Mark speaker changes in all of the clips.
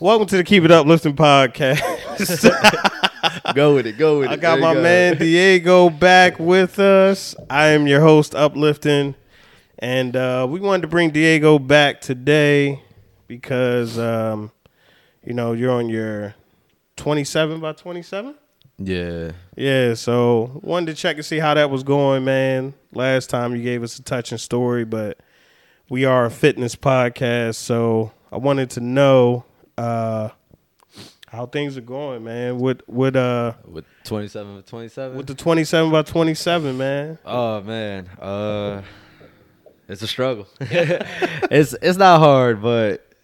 Speaker 1: Welcome to the Keep It Uplifting podcast.
Speaker 2: Go with it. Go with it.
Speaker 1: I got
Speaker 2: There
Speaker 1: my
Speaker 2: you go.
Speaker 1: man Diego back with us. I am your host, Uplifting. And uh, we wanted to bring Diego back today because, um, you know, you're on your 27 by 27?
Speaker 2: Yeah.
Speaker 1: Yeah, so wanted to check and see how that was going, man. Last time you gave us a touching story, but we are a fitness podcast, so I wanted to know uh how things are going, man. With with uh
Speaker 2: With 27 for 27.
Speaker 1: with the twenty seven by twenty seven, man.
Speaker 2: oh man. Uh it's a struggle. it's it's not hard, but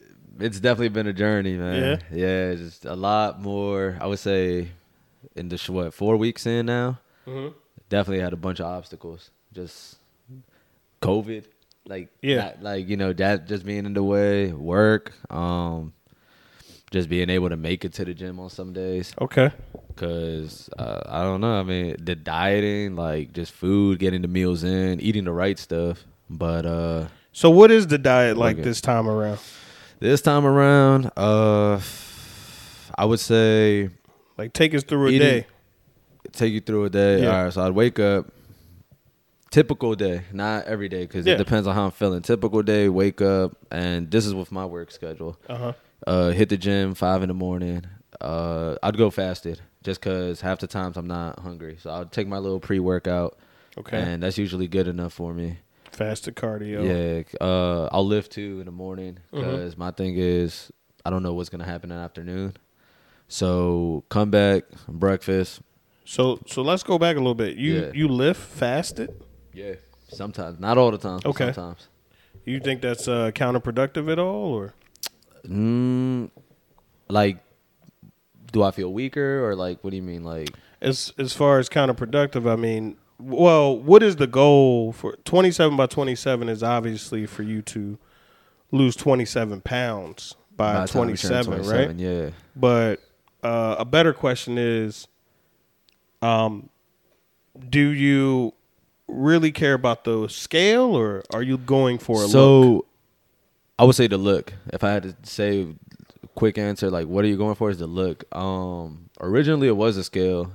Speaker 2: it's definitely been a journey, man. Yeah. Yeah, just a lot more. I would say in the sh- what, 4 weeks in now.
Speaker 1: Mhm.
Speaker 2: Definitely had a bunch of obstacles. Just COVID, like
Speaker 1: Yeah.
Speaker 2: not- like you know, that just being in the way, work, um just being able to make it to the gym on some days.
Speaker 1: Okay.
Speaker 2: Cause uh, I don't know. I mean, the dieting, like just food, getting the meals in, eating the right stuff. But uh,
Speaker 1: So what is the diet like
Speaker 2: Okay.
Speaker 1: this time around?
Speaker 2: this time around, uh, I would say
Speaker 1: Like take us through a
Speaker 2: Eating-
Speaker 1: day.
Speaker 2: take you through a day.
Speaker 1: Yeah.
Speaker 2: All right, so I'd wake up. Typical day, not every day, because
Speaker 1: Yeah.
Speaker 2: it depends on how I'm feeling. Typical day, wake up, and this is with my work schedule.
Speaker 1: Uh-huh.
Speaker 2: uh, hit the gym five in the morning. Uh, I'd go fasted just because half the times I'm not hungry. So I'll take my little pre workout.
Speaker 1: Okay.
Speaker 2: And that's usually good enough for me.
Speaker 1: Fasted cardio.
Speaker 2: Yeah. Uh, I'll lift too in the morning
Speaker 1: Mhm.
Speaker 2: because my thing is I don't know what's going to happen in the afternoon. So come back, breakfast.
Speaker 1: So so let's go back a little bit. You
Speaker 2: Yeah.
Speaker 1: you lift fasted?
Speaker 2: Yeah. Sometimes, not all the time. but
Speaker 1: Okay.
Speaker 2: Sometimes.
Speaker 1: You think that's uh counterproductive at all or
Speaker 2: Mm, like, do I feel weaker or like, what do you mean? Like,
Speaker 1: as as far as counterproductive i mean well what is the goal for 27 by 27 is obviously for you to lose 27 pounds by,
Speaker 2: by the time we turn
Speaker 1: 27, Uh, right
Speaker 2: 27, Yeah.
Speaker 1: but uh, a better question is um do you really care about the scale or are you going for a
Speaker 2: so
Speaker 1: look
Speaker 2: i would say the look if i had to say a quick answer like what are you going for is the look um originally it was a scale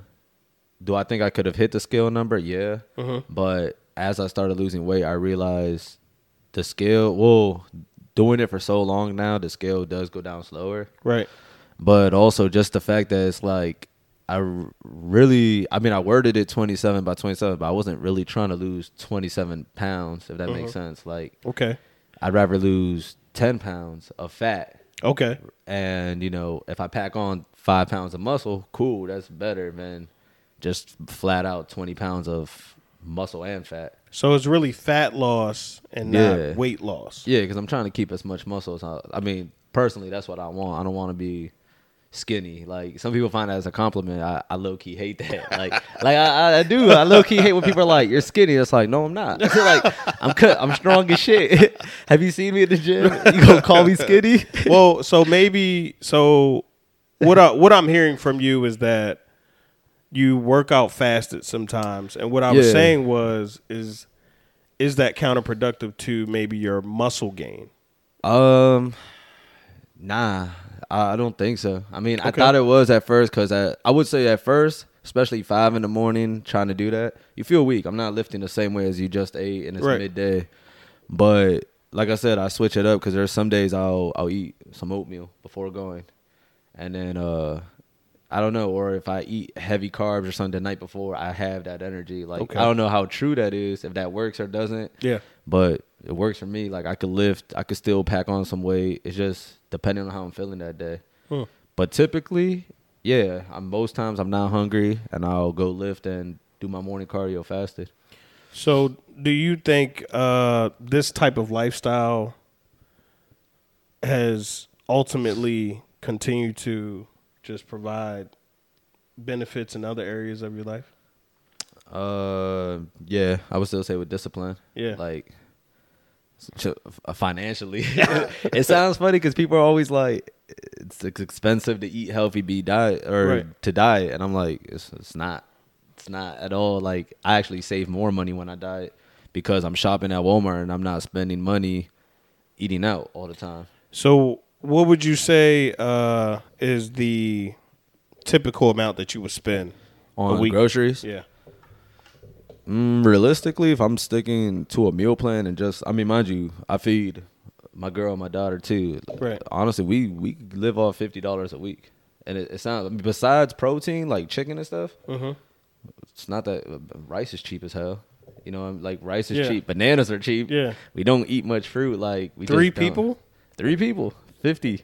Speaker 2: do i think i could have hit the scale number yeah
Speaker 1: Mm-hmm.
Speaker 2: but as i started losing weight i realized the scale well doing it for so long now the scale does go down slower
Speaker 1: right
Speaker 2: but also just the fact that it's like I r- really, I mean, I worded it 27 by 27, but I wasn't really trying to lose 27 pounds, if that
Speaker 1: Mm-hmm.
Speaker 2: makes sense. Like,
Speaker 1: okay
Speaker 2: I'd rather lose 10 pounds of fat.
Speaker 1: okay
Speaker 2: And, you know, if I pack on five pounds of muscle, cool, that's better than just flat out 20 pounds of muscle and fat.
Speaker 1: so it's really fat loss and not
Speaker 2: Yeah.
Speaker 1: weight loss
Speaker 2: Yeah, because I'm trying to keep as much muscle as I, I mean, personally, that's what I want. I don't want to be skinny. Like, some people find that as a compliment. I, I low key hate that. Like, like I, I- I do. I low key hate when people are like, you're skinny. It's like, no, I'm not. like, I'm cut. I'm strong as shit. Have you seen me at the gym? You gonna call me skinny?
Speaker 1: well, so maybe so what I, what I'm hearing from you is that you work out fasted sometimes, and what I was
Speaker 2: Yeah.
Speaker 1: saying was is is that counterproductive to maybe your muscle gain?
Speaker 2: Um, nah, I I don't think so. I mean, I
Speaker 1: Okay.
Speaker 2: thought it was at first because I, I would say at first, especially five in the morning, trying to do that, you feel weak. I'm not lifting the same way as you just ate, and it's
Speaker 1: Right.
Speaker 2: midday. But like I said, I switch it up because there's some days I'll I'll eat some oatmeal before going, and then uh. I don't know, or if I eat heavy carbs or something the night before, I have that energy. Like
Speaker 1: Okay.
Speaker 2: I don't know how true that is, if that works or doesn't
Speaker 1: Yeah.
Speaker 2: but it works for me. Like I could lift, I could still pack on some weight. It's just depending on how I'm feeling that day.
Speaker 1: Hmm.
Speaker 2: But typically, yeah, I'm, most times I'm not hungry, and I'll go lift and do my morning cardio fasted.
Speaker 1: So, do you think uh, this type of lifestyle has ultimately continued to just provide benefits in other areas of your life?
Speaker 2: Uh, yeah, I would still say with discipline.
Speaker 1: Yeah.
Speaker 2: like so- uh, financially, it sounds funny because people are always like, it's ex- expensive to eat healthy, be diet or
Speaker 1: Right.
Speaker 2: to diet, and I'm like, it's, it's not, it's not at all. Like I actually save more money when I diet because I'm shopping at Walmart and I'm not spending money eating out all the time.
Speaker 1: So, what would you say uh, is the typical amount that you would spend
Speaker 2: On
Speaker 1: week.
Speaker 2: groceries,
Speaker 1: Yeah.
Speaker 2: Mm, realistically, if I'm sticking to a meal plan and just, I mean, mind you, I feed my girl, my daughter too. Like,
Speaker 1: Right.
Speaker 2: Honestly, we we live off fifty dollars a week, and it, it's not besides protein like chicken and stuff.
Speaker 1: Mm-hmm.
Speaker 2: It's not that uh, rice is cheap as hell. You know, I'm- like rice is
Speaker 1: Yeah.
Speaker 2: cheap, bananas are cheap.
Speaker 1: Yeah.
Speaker 2: We don't eat much fruit. Like we
Speaker 1: Three
Speaker 2: just don't.
Speaker 1: people?
Speaker 2: Three people. Fifty.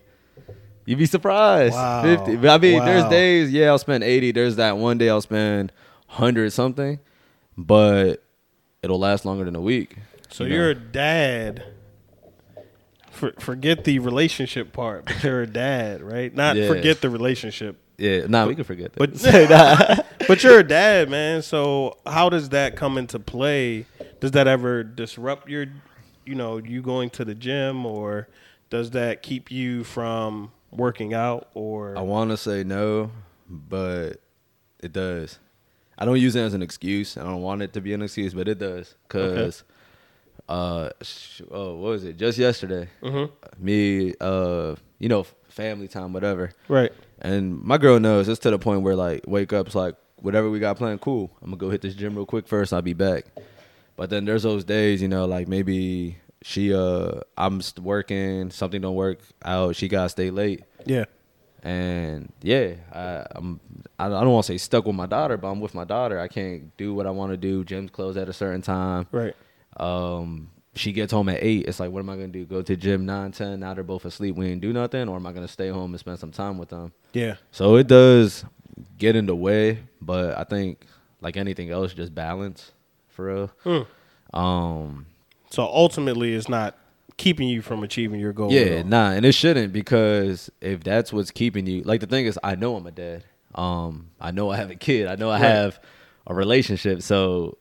Speaker 2: You'd be surprised.
Speaker 1: Wow.
Speaker 2: Fifty. But I mean, there's
Speaker 1: Wow.
Speaker 2: days, yeah, I'll spend eighty. There's that one day I'll spend hundred something, but it'll last longer than a week.
Speaker 1: So
Speaker 2: you know?
Speaker 1: you're a dad. For, forget the relationship part, but you're a dad, right? Not
Speaker 2: Yeah.
Speaker 1: forget the relationship,
Speaker 2: yeah. Nah, we can forget that.
Speaker 1: but but you're a dad, man. So how does that come into play? Does that ever disrupt your, you know, you going to the gym, or does that keep you from working out? Or
Speaker 2: I want to say no, but it does. I don't use it as an excuse. I don't want it to be an excuse, but it does. Cause, uh, sh- oh, what was it? Just yesterday,
Speaker 1: Mm-hmm.
Speaker 2: me, uh, you know, f- family time, whatever.
Speaker 1: right,
Speaker 2: And my girl knows it's to the point where like wake up's like whatever we got planned, cool. I'm gonna go hit this gym real quick first. I'll be back. But then there's those days, you know, like maybe she uh I'm st- working, something don't work out. She gotta stay late,
Speaker 1: yeah,
Speaker 2: and yeah, I, I'm I, I don't want to say stuck with my daughter, but I'm with my daughter. I can't do what I want to do. Gym's closed at a certain time.
Speaker 1: right,
Speaker 2: Um, she gets home at eight. It's like, what am I gonna do? Go to gym nine, ten? Now they're both asleep. We didn't do nothing, or am I gonna stay home and spend some time with them?
Speaker 1: yeah,
Speaker 2: So it does get in the way, but I think like anything else, just balance for real. Um,
Speaker 1: So ultimately, it's not keeping you from achieving your goal. at
Speaker 2: yeah,
Speaker 1: all.
Speaker 2: nah, and it shouldn't because if that's what's keeping you, like the thing is, I know I'm a dad. Um, I know I have a kid. I know I have a relationship. So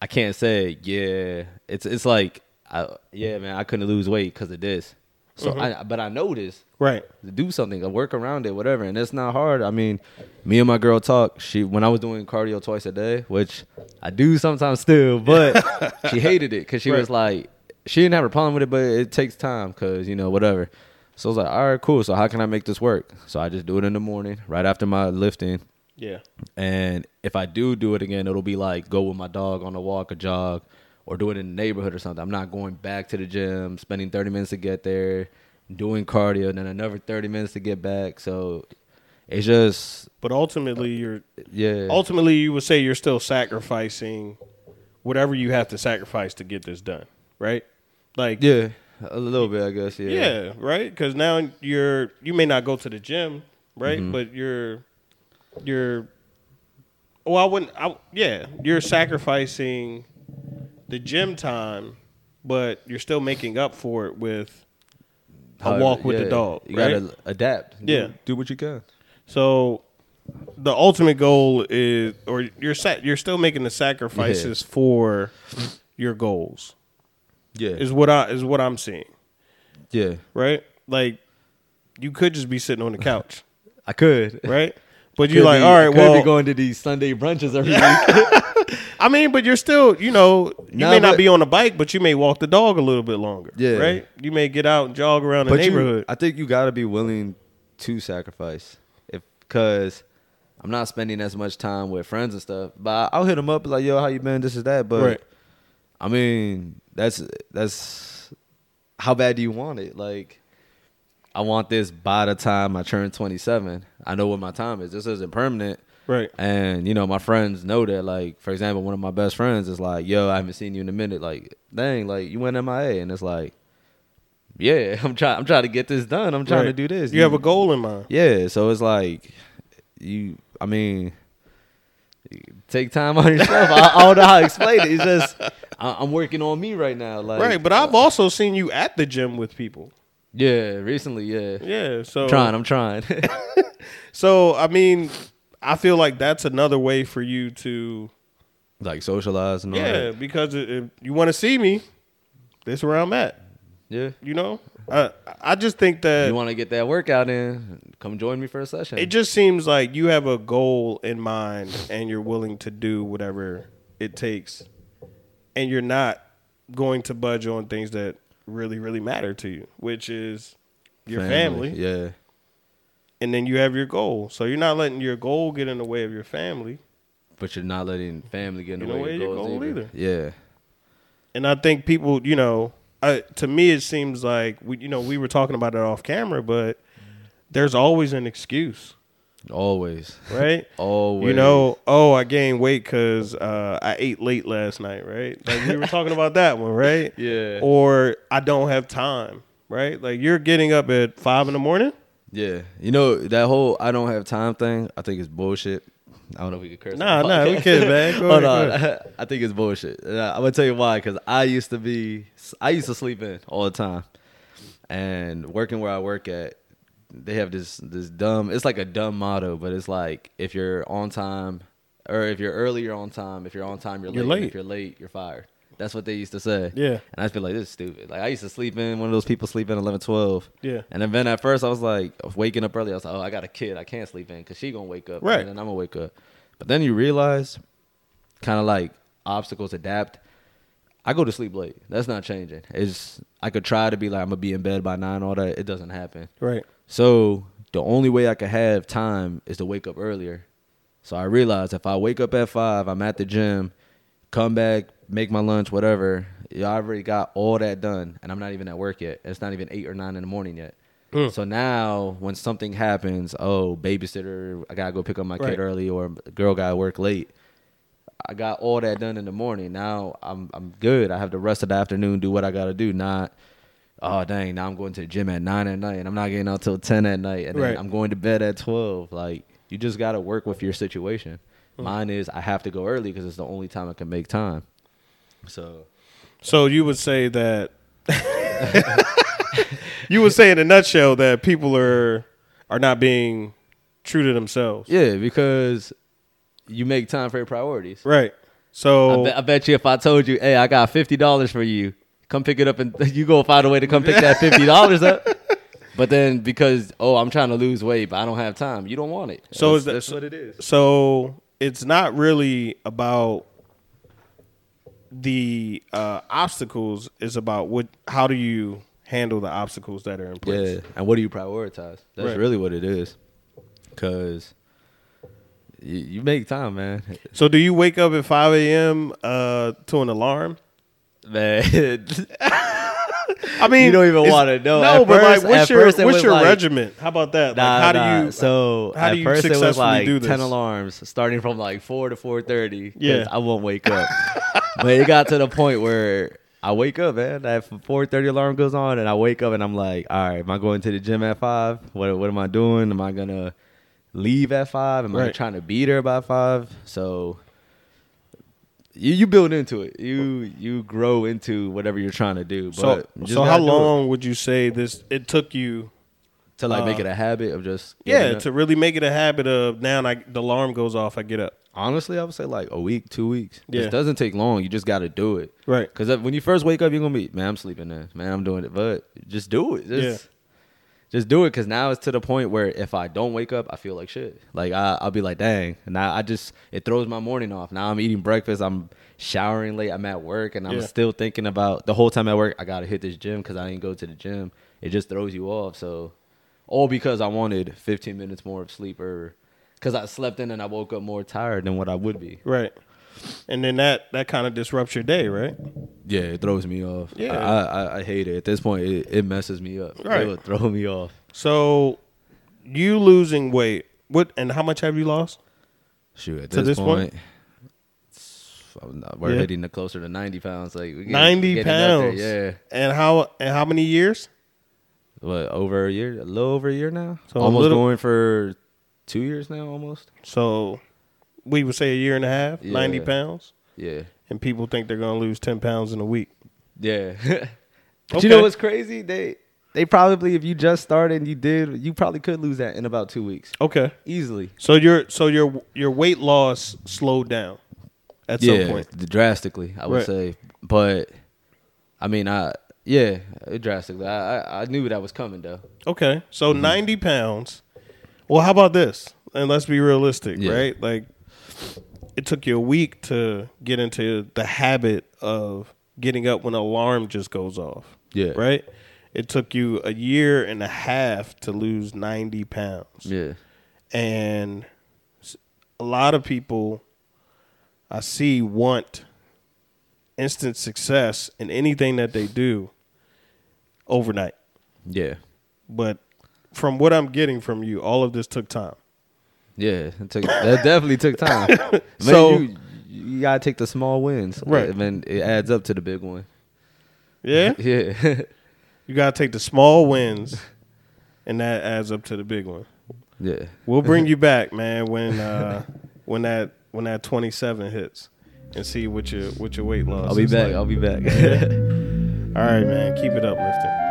Speaker 2: I can't say yeah. It's it's like I, yeah, man, I couldn't lose weight because of this. So I, but I know this.
Speaker 1: right.
Speaker 2: to do something, or work around it, whatever. And it's not hard. I mean, me and my girl talk. She when I was doing cardio twice a day, which I do sometimes still, but she hated it because she was like, she didn't have a problem with it, but it takes time because you know whatever. So I was like, all right, cool. So how can I make this work? So I just do it in the morning, right after my lifting.
Speaker 1: Yeah,
Speaker 2: And if I do do it again, it'll be like go with my dog on a walk, a jog, or do it in the neighborhood or something. I'm not going back to the gym, spending 30 minutes to get there, doing cardio, and then another 30 minutes to get back. So it's just,
Speaker 1: but ultimately, you're
Speaker 2: yeah.
Speaker 1: ultimately you would say you're still sacrificing whatever you have to sacrifice to get this done, right? Like
Speaker 2: yeah, a little bit, I guess. Yeah.
Speaker 1: yeah, right? Because now you're you may not go to the gym, right?
Speaker 2: Mm-hmm.
Speaker 1: But you're you're well, I wouldn't. I, yeah, you're sacrificing the gym time, but you're still making up for it with a
Speaker 2: However,
Speaker 1: walk with
Speaker 2: yeah,
Speaker 1: the dog,
Speaker 2: You
Speaker 1: right?
Speaker 2: gotta adapt. Do-
Speaker 1: Yeah.
Speaker 2: Do, what you can.
Speaker 1: So the ultimate goal is or you're set you're still making the sacrifices for your goals.
Speaker 2: Yeah.
Speaker 1: Is what I is what I'm seeing,
Speaker 2: yeah.
Speaker 1: right? Like you could just be sitting on the couch,
Speaker 2: I could.
Speaker 1: right? But
Speaker 2: Could
Speaker 1: you're like,
Speaker 2: be-
Speaker 1: all right,
Speaker 2: could
Speaker 1: well,
Speaker 2: be going to these Sunday brunches every week.
Speaker 1: I mean, but you're still, you know, you
Speaker 2: Nah,
Speaker 1: may not
Speaker 2: but-
Speaker 1: be on a bike, but you may walk the dog a little bit longer,
Speaker 2: Yeah.
Speaker 1: right? You may get out and jog around the
Speaker 2: but
Speaker 1: neighborhood,
Speaker 2: You, I think you got to be willing to sacrifice, if because I'm not spending as much time with friends and stuff. But I'll hit them up like, "Yo, how you been? This is that." But
Speaker 1: Right.
Speaker 2: I mean, that's that's how bad do you want it? Like, I want this by the time I turn 27. I know what my time is. This isn't permanent.
Speaker 1: right?
Speaker 2: And you know, my friends know that. Like, for example, one of my best friends is like, "Yo, I haven't seen you in a minute." Like, dang, like you went MIA, and it's like, yeah, I'm trying. I'm trying to get this done. I'm trying
Speaker 1: Right.
Speaker 2: to do this.
Speaker 1: You have a goal in mind,
Speaker 2: Yeah, so it's like, you. I mean, you take time on yourself. I, I don't know how to explain it. It's just I, I'm working on me right now. Like, uh,
Speaker 1: right? But I've also seen you at the gym with people,
Speaker 2: yeah, recently, yeah,
Speaker 1: yeah. So
Speaker 2: I'm trying. I'm trying.
Speaker 1: So I mean, I feel like that's another way for you to
Speaker 2: like socialize and all
Speaker 1: yeah,
Speaker 2: that.
Speaker 1: because i- if you want to see me, this where I'm at.
Speaker 2: Yeah.
Speaker 1: You know, I I just think that
Speaker 2: You want to get that workout in? Come join me for a session.
Speaker 1: it just seems like you have a goal in mind and you're willing to do whatever it takes and you're not going to budge on things that really really matter to you, which is your family,
Speaker 2: Yeah.
Speaker 1: and then you have your goal. So you're not letting your goal get in the way of your family.
Speaker 2: But you're not letting family get in the
Speaker 1: You know
Speaker 2: way
Speaker 1: where
Speaker 2: of your
Speaker 1: your
Speaker 2: goals
Speaker 1: goal
Speaker 2: either. Yeah.
Speaker 1: And I think people, you know, I, to me it seems like we, you know, we were talking about it off camera, but there's always an excuse,
Speaker 2: Always.
Speaker 1: right?
Speaker 2: Always.
Speaker 1: You know, oh, I gained weight because uh, I ate late last night, right? Like we were talking about that one, right?
Speaker 2: Yeah.
Speaker 1: Or I don't have time, right? Like you're getting up at five in the morning.
Speaker 2: Yeah. You know, that whole I don't have time thing, I think it's bullshit. I don't know if we could curse. on
Speaker 1: Nah,
Speaker 2: the
Speaker 1: nah, we
Speaker 2: podcast.
Speaker 1: kidding, man. Go
Speaker 2: Hold
Speaker 1: ahead,
Speaker 2: on. I think it's bullshit. And I- I'm going to tell you why. Because I used to be, I used to sleep in all the time. And working where I work at, they have this this dumb, it's like a dumb motto, but it's like if you're on time, or if you're early, you're on time. If you're on time, you're late.
Speaker 1: You're
Speaker 2: And
Speaker 1: late.
Speaker 2: If you're late, you're fired. That's what they used to say.
Speaker 1: Yeah.
Speaker 2: And I just feel like this is stupid. Like I used to sleep in, one of those people sleep in 11, 12.
Speaker 1: Yeah.
Speaker 2: And then at first I was like waking up early. I was like, oh, I got a kid. I can't sleep in because she gonna wake up.
Speaker 1: Right.
Speaker 2: And then I'm gonna wake up. But then you realize, kind of like obstacles adapt. I go to sleep late. That's not changing. It's I could try to be like I'm gonna be in bed by nine. All that it doesn't happen.
Speaker 1: Right.
Speaker 2: So the only way I could have time is to wake up earlier. So I realized if I wake up at five, I'm at the gym, come back, make my lunch, whatever. Yeah, I already got all that done, and I'm not even at work yet. It's not even eight or nine in the morning yet. So now, when something happens, oh, babysitter, I gotta go pick up my
Speaker 1: Right.
Speaker 2: kid early, or girl gotta work late. I got all that done in the morning. Now I'm I'm good. I have the rest of the afternoon do what I gotta do. Not oh dang, now I'm going to the gym at nine at night and I'm not getting out till ten at night and then
Speaker 1: Right.
Speaker 2: I'm going to bed at twelve. Like you just gotta work with your situation. Mine is I have to go early because it's the only time I can make time. So
Speaker 1: So you would say that you would say in a nutshell that people are are not being true to themselves.
Speaker 2: yeah, because you make time for your priorities.
Speaker 1: Right.
Speaker 2: I,
Speaker 1: So
Speaker 2: bet, I bet you if I told you, hey, I got fifty dollars for you, come pick it up, and you go find a way to come pick that fifty dollars up. But then because oh, I'm trying to lose weight, but I don't have time. You don't want it.
Speaker 1: So
Speaker 2: that's,
Speaker 1: is that-
Speaker 2: that's what it is.
Speaker 1: so it's not really about the uh, obstacles. It's about what how do you handle the obstacles that are in place.
Speaker 2: Yeah, and what do you prioritize? That's
Speaker 1: Right.
Speaker 2: really what it is. Cause you, you make time, man.
Speaker 1: So do you wake up at five a.m. Uh, to an alarm?
Speaker 2: Man,
Speaker 1: I mean,
Speaker 2: You don't even
Speaker 1: it's-
Speaker 2: wanna know.
Speaker 1: No,
Speaker 2: At
Speaker 1: but
Speaker 2: first-
Speaker 1: like, what's
Speaker 2: at
Speaker 1: your
Speaker 2: first it
Speaker 1: what's
Speaker 2: was
Speaker 1: your
Speaker 2: like-
Speaker 1: regiment? How about that?
Speaker 2: nah,
Speaker 1: like, how
Speaker 2: nah.
Speaker 1: do you?
Speaker 2: so
Speaker 1: how
Speaker 2: at
Speaker 1: do you
Speaker 2: first it was
Speaker 1: successfully
Speaker 2: like
Speaker 1: do this?
Speaker 2: ten alarms starting from like four to four thirty.
Speaker 1: Yeah.
Speaker 2: I won't wake up. but it got to the point where I wake up, man. That four thirty alarm goes on, and I wake up and I'm like, all right, am I going to the gym at five? What what am I doing? Am I gonna leave at five? Am I
Speaker 1: Right.
Speaker 2: trying to be there by five? So you you build into it. You you grow into whatever you're trying to do. But
Speaker 1: so
Speaker 2: you just
Speaker 1: so how
Speaker 2: gotta do it
Speaker 1: long would you say this? It took you.
Speaker 2: to like make
Speaker 1: uh,
Speaker 2: it a habit of just
Speaker 1: Yeah,
Speaker 2: getting up?
Speaker 1: to really make it a habit of now, I, the alarm goes off, I get up.
Speaker 2: honestly, I would say like a week, two weeks.
Speaker 1: Yeah.
Speaker 2: It doesn't take long. You just got to do it.
Speaker 1: Right.
Speaker 2: Because when you first wake up, you're gonna be, man, I'm sleeping in. Man, I'm doing it. But just do it. Just,
Speaker 1: Yeah.
Speaker 2: just do it. Because now it's to the point where if I don't wake up, I feel like shit. Like I, I'll be like, dang. And now I just it throws my morning off. Now I'm eating breakfast. I'm showering late. I'm at work, and I'm
Speaker 1: Yeah.
Speaker 2: still thinking about the whole time at work. I gotta hit this gym because I didn't go to the gym. It just throws you off. So, all because I wanted 15 minutes more of sleep or. Cause I slept in and I woke up more tired than what I would be.
Speaker 1: Right. And then that that kind of disrupts your day, right?
Speaker 2: Yeah, it throws me off.
Speaker 1: Yeah.
Speaker 2: Yeah, I, I, I hate it. At this point, it, it messes me up.
Speaker 1: Right.
Speaker 2: It would throw me off.
Speaker 1: So you losing weight, what and how much have you lost?
Speaker 2: Shoot, at
Speaker 1: To
Speaker 2: this,
Speaker 1: this point?
Speaker 2: point, it's- I'm not- we're
Speaker 1: Yeah.
Speaker 2: hitting the closer to ninety pounds. Like we get,
Speaker 1: 90 pounds.
Speaker 2: yeah,
Speaker 1: And how and how many years?
Speaker 2: what over a year, a little over a year now.
Speaker 1: So a
Speaker 2: almost
Speaker 1: little-
Speaker 2: going for two years now. Almost.
Speaker 1: So we would say a year and a half, 90
Speaker 2: Yeah.
Speaker 1: pounds,
Speaker 2: Yeah.
Speaker 1: and people think they're going to lose 10 pounds in a week.
Speaker 2: Yeah. but
Speaker 1: Okay.
Speaker 2: you know what's crazy? They they probably if you just started and you did, you probably could lose that in about two weeks
Speaker 1: Okay.
Speaker 2: easily.
Speaker 1: So your so your your weight loss slowed down at some point.
Speaker 2: d- drastically, I would
Speaker 1: Right.
Speaker 2: say. But I mean, I yeah, it drastically. I, I I knew that was coming though.
Speaker 1: Okay.
Speaker 2: Mm-hmm.
Speaker 1: So 90 pounds. Well, how about this? And let's be realistic,
Speaker 2: Yeah.
Speaker 1: right? Like it took you a week to get into the habit of getting up when an alarm just goes off.
Speaker 2: Yeah.
Speaker 1: Right? It took you a year and a half to lose 90 pounds.
Speaker 2: Yeah.
Speaker 1: And s- a lot of people I see want instant success in anything that they do overnight.
Speaker 2: Yeah.
Speaker 1: But from what I'm getting from you, all of this took time.
Speaker 2: Yeah, it took, that definitely took time. Man,
Speaker 1: So-
Speaker 2: you, you gotta take the small wins,
Speaker 1: Right.
Speaker 2: And then it adds up to the big one.
Speaker 1: Yeah?
Speaker 2: Yeah,
Speaker 1: You gotta take the small wins, and that adds up to the big one.
Speaker 2: yeah.
Speaker 1: We'll bring you back, man, when uh, when that when that twenty seven hits, and see what your what your weight loss.
Speaker 2: I'll be
Speaker 1: is
Speaker 2: back.
Speaker 1: like.
Speaker 2: I'll be back.
Speaker 1: All right, man. Keep it up, lifting.